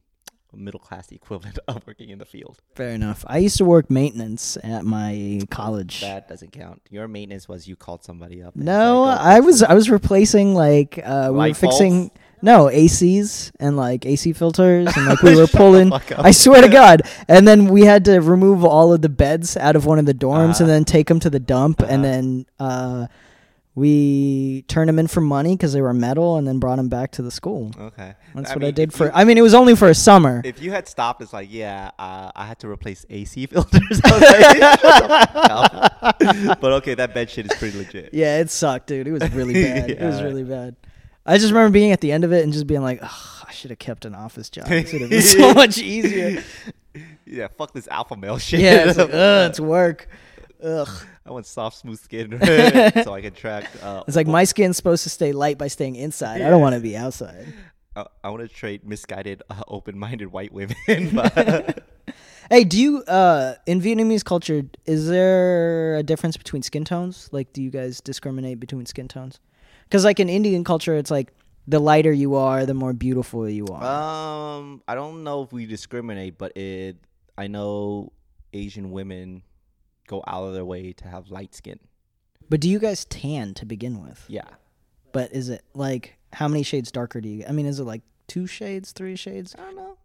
middle class equivalent of working in the field.
Fair enough. I used to work maintenance at my college.
That doesn't count. Your maintenance was you called somebody up. and
no,
was like, "Go
I
fix
was I was replacing like uh, we were
Light bulbs?
fixing no ACs and like AC filters and like we were
Shut the
pulling.
fuck up.
I swear to God. And then we had to remove all of the beds out of one of the dorms
Uh-huh.
and then take them to the dump
Uh-huh.
and then uh, we turned them in for money because they were metal and then brought them back to the school.
it." "Oh, Okay,
That's
Uh, I
what I
mean,
did
if
for.
you-
I mean, it was only for a summer.
If you had stopped, it's like, yeah, uh, I had to replace AC filters. I was like, "Shut the fuck up." but okay, that bed shit is pretty legit.
Yeah, it sucked, dude. It was really bad. it was
Yeah.
really bad. I just remember being at the end of it and just being like, Ugh, I should have kept an office job. It would have been so much easier.
Yeah, fuck this alpha male shit.
Yeah, it's like, ugh, it's work. Ugh.
I want soft, smooth skin so I can track. Uh,
It's like my skin's supposed to stay light by staying inside. I don't want to be outside.
I, I want to trade misguided, uh, open-minded white women. but
Hey, do you uh in Vietnamese culture is there a difference between skin tones? Like do you guys discriminate between skin tones? Cuz like in Indian culture it's like the lighter you are, the more beautiful you are.
um, I don't know if we discriminate, but it. I know Asian women go out of their way to have light skin.
but do you guys tan to begin with?
Yeah.
But is it like how many shades darker do you? I mean, is it like two shades, three shades?
I don't know.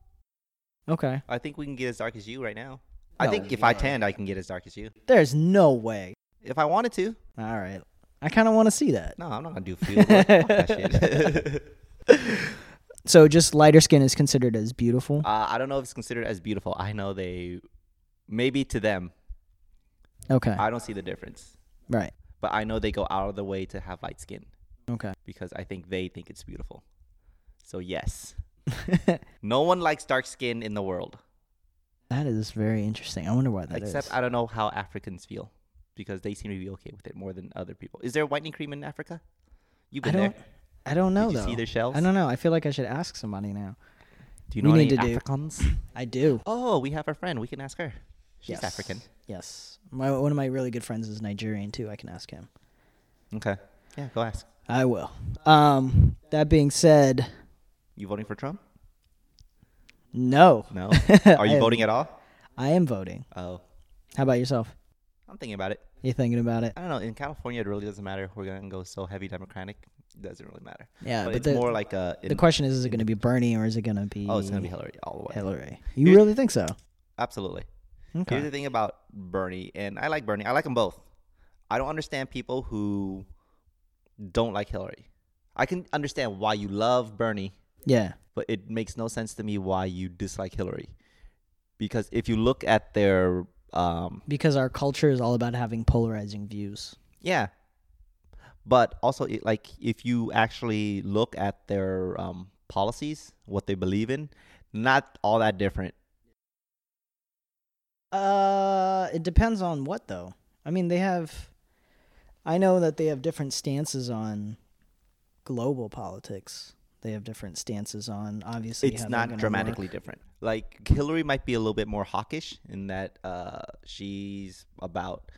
Okay,
I think we can get as dark as you right now. I
No.
think if I tanned, I can get as dark as you.
there's no way.
If I wanted to.
All right, I kind of want to see that.
No, I'm not gonna do field work. Fuck that shit.
So just lighter skin is considered as beautiful.
uh, I don't know if it's considered as beautiful. I know they, maybe to them,
Okay,
I don't see the difference.
right.
But I know they go out of the way to have light skin
Okay.
because I think they think it's beautiful. So yes, no one likes dark skin in the world
that is very interesting. I wonder why that is.
except I don't know how Africans feel because they seem to be okay with it more than other people. Is there whitening cream in Africa? You've
I
been there.
don't. I don't know
Did you
though.
see their shells?
I don't know. I feel like I should ask somebody now.
Do you
We
know
need to
any
do-
Africans?
I do.
Oh, we have our friend. We can ask her. She's
Yes.
African.
Yes. My one of my really good friends is Nigerian too. I can ask him.
Okay. Yeah, go ask.
I will. Um. That being said,
You voting for Trump?
no.
No.
I
Are you
am-
voting at all?
I am voting.
Oh,
How about yourself?
I'm thinking about it.
You thinking about it?
I don't know. In California, it really doesn't matter. We're gonna go so heavy Democratic. It doesn't really matter.
Yeah, Uh,
but,
but
it's
the-
more like a.
the
in-
question is, is it going to be Bernie or is it going to be?
oh, it's gonna be Hillary all the way.
Hillary. You
Here-
really think so?
Absolutely. Here's
Okay.
the thing about Bernie, and I like Bernie. I like them both. I don't understand people who don't like Hillary. I can understand why you love Bernie,
Yeah.
but it makes no sense to me why you dislike Hillary. Because if you look at their, um,
Because our culture is all about having polarizing views.
yeah, but also it, like if you actually look at their um, policies, what they believe in, not all that different.
Uh, it depends on what though. I mean, they have. I know that they have different stances on global politics. They have different stances on obviously. how
it's
they're
not
gonna
dramatically
work.
different. Like Hillary might be a little bit more hawkish in that uh, she's about,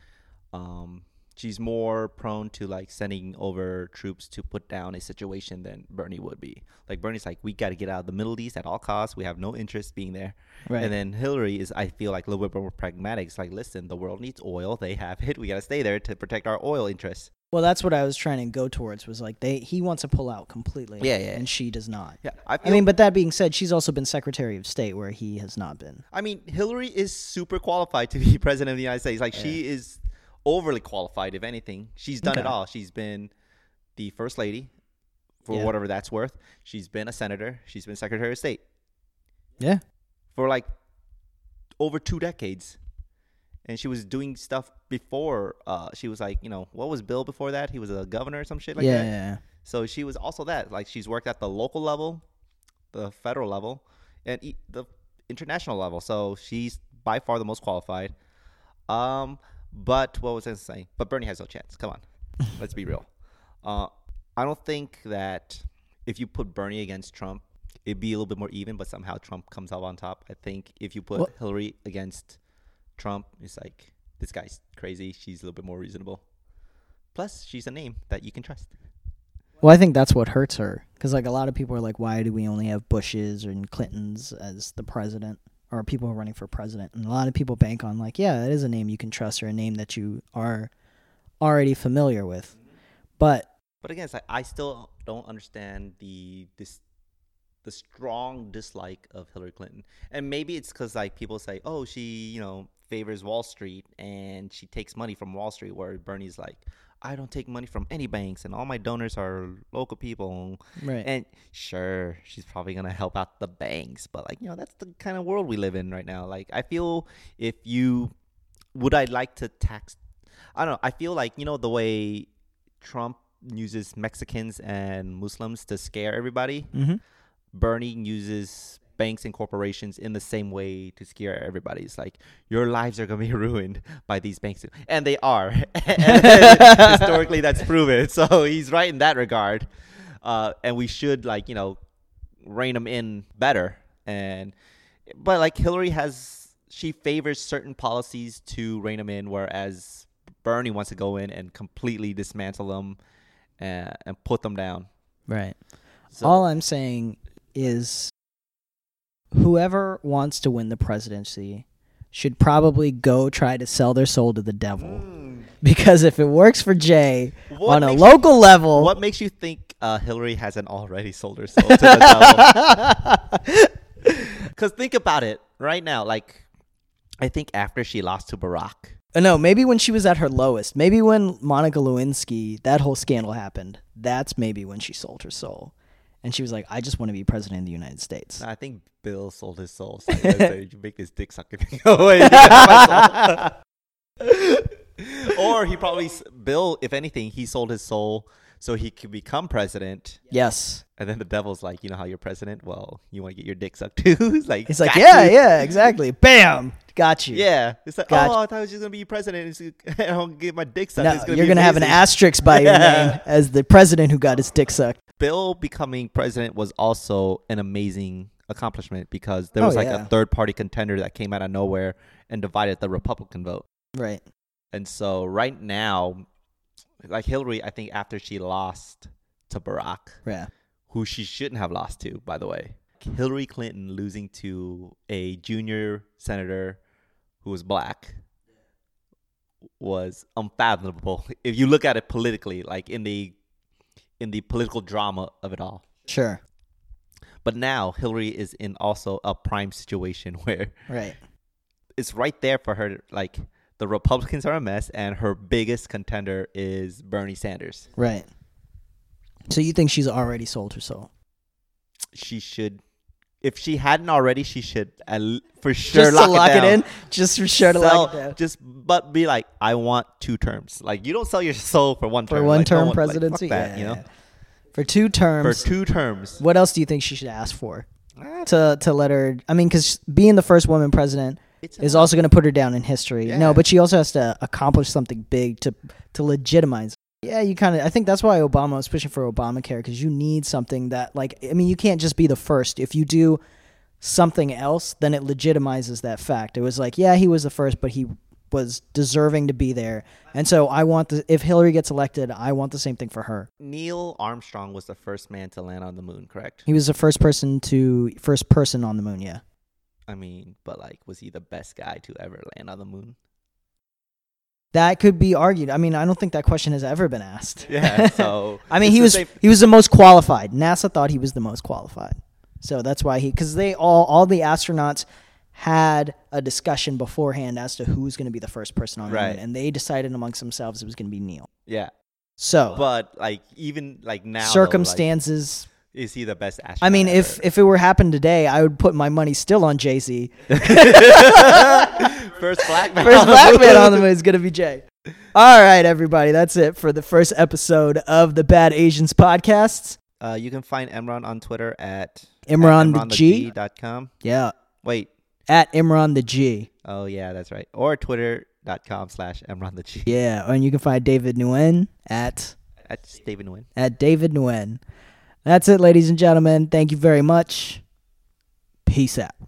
um, she's more prone to like sending over troops to put down a situation than Bernie would be. Like Bernie's like, we got to get out of the Middle East at all costs. We have no interest being there.
Right.
And then Hillary is, I feel like a little bit more pragmatic. It's like, listen, the world needs oil. They have it. We got to stay there to protect our oil interests.
Well, that's what I was trying to go towards. Was like they he wants to pull out completely.
Yeah, yeah.
And she does not.
Yeah, I
I
feel.
mean, but that being said, she's also been Secretary of State where he has not been.
I mean, Hillary is super qualified to be president of the United States. Like she is overly qualified, if anything. She's done it
Okay.
all. She's been the first lady for
Yeah.
whatever that's worth. She's been a senator. She's been secretary of state
Yeah.
for like over two decades. And she was doing stuff before. Uh, she was like, you know, what was Bill before that? He was a governor or some shit like
yeah,
that.
yeah, yeah.
So she was also that. Like she's worked at the local level, the federal level, and e- the international level. So she's by far the most qualified. Um, but what was I saying? But Bernie has no chance. Come on, let's be real. Uh, I don't think that if you put Bernie against Trump, it'd be a little bit more even. But somehow Trump comes out on top. I think if you put
Well-
Hillary against Trump, it's like this guy's crazy. She's a little bit more reasonable. Plus, she's a name that you can trust.
Well, I think that's what hurts her because like a lot of people are like, why do we only have Bushes and Clintons as the president or people running for president? And a lot of people bank on like, yeah, that is a name you can trust or a name that you are already familiar with. But
But again, it's like I still don't understand the this the strong dislike of Hillary Clinton, and maybe it's because like people say, oh, she you know favors Wall Street and she takes money from Wall Street, where Bernie's like, I don't take money from any banks, and all my donors are local people.
Right.
And sure, she's probably gonna help out the banks, but like you know, that's the kind of world we live in right now. Like I feel if you would I like to tax I don't know, I feel like you know the way Trump uses Mexicans and Muslims to scare everybody.
mm-hmm.
Bernie uses banks and corporations in the same way to scare everybody. It's like your lives are gonna be ruined by these banks, and they are. And historically, that's proven. So he's right in that regard, uh, and we should like you know rein them in better. And but like Hillary has, she favors certain policies to rein them in, whereas Bernie wants to go in and completely dismantle them and, and put them down.
right.
So,
All I'm saying is whoever wants to win the presidency should probably go try to sell their soul to the devil. Because if it works for Jay
What
on a
makes-
local level,
What makes you think uh, Hillary hasn't already sold her soul to the devil? Because think about it right now. Like, I think after she lost to Barack,
Uh, no, maybe when she was at her lowest, maybe when Monica Lewinsky, that whole scandal happened, that's maybe when she sold her soul. And she was like, I just want to be president of the United States.
I think Bill sold his soul. So he said, you make this dick sucking thing away. you got my soul." or he probably, s- Bill, if anything, he sold his soul so he could become president.
Yes.
And then the devil's like, you know how you're president? Well, you want to get your dick sucked too? He's like,
He's like,
"Got
yeah,
you."
yeah, exactly. Bam. Got you.
Yeah, it's like
Gotcha.
oh, I thought I was just gonna be president. It's, I don't get my dick sucked.
Now,
it's gonna
you're
be
going to have an
amazing.
asterisk by
Yeah.
your name as the president who got his dick sucked.
Bill becoming president was also an amazing accomplishment because there
Oh,
was like
yeah.
a third party contender that came out of nowhere and divided the Republican vote.
Right.
And so right now, like Hillary, I think after she lost to Barack,
Yeah.
who she shouldn't have lost to, by the way. Hillary Clinton losing to a junior senator who was black was unfathomable. If you look at it politically, like in the in the political drama of it all.
Sure.
But now Hillary is in also a prime situation where
Right.
it's right there for her like the Republicans are a mess and her biggest contender is Bernie Sanders.
Right. So you think she's already sold her soul?
She should if she hadn't already, she should at l- for sure
just
lock,
to lock it,
down.
in? Just for sure to lock it
Sell-
down.
Just but be like, I want two terms. Like you don't sell your soul for one
For
term.
one
Like,
term
no one- like, fuck
presidency?
that, you
Yeah.
know,
For two
for
terms.
two terms.
what else do you think she should ask for? to to let her. I mean, because being the first woman president
It's
is also going to put her down in history.
Yeah.
No, but she also has to accomplish something big to to legitimize. Yeah, you kind of. I think that's why Obama was pushing for Obamacare because you need something that, like, I mean, you can't just be the first. If you do something else, then it legitimizes that fact. It was like, yeah, he was the first, but he was deserving to be there. And so I want the if Hillary gets elected, I want the same thing for her.
Neil Armstrong was the first man to land on the moon, correct?
He was the first person to first person on the moon, yeah.
I mean, but like, was he the best guy to ever land on the moon?
That could be argued. I mean, I don't think that question has ever been asked.
Yeah. So
I mean,
it's
he
the
was
same-
he was the most qualified. NASA thought he was the most qualified, so that's why he because they all all the astronauts had a discussion beforehand as to who's going to be the first person on the
Right.
moon, and they decided amongst themselves it was going to be Neil.
yeah.
So
But like, even like now, though, like,
circumstances.
is he the best astronaut?
I mean,
ever?
if if it were happened today, I would put my money still on Jay Z.
first black man,
First
on the
black
moon.
man on the moon is gonna be Jay. All right, everybody, that's it for the first episode of the Bad Asians podcast.
Uh, you can find Emron on Twitter at
Imran the
at
G.
dot com.
Yeah,
Wait,
at Imran the G.
Oh yeah, that's right. Or twitter.com slash Emron the G.
Yeah, and you can find David Nguyen at
That's David Nguyen.
at David Nguyen. That's it, ladies and gentlemen. Thank you very much. Peace out.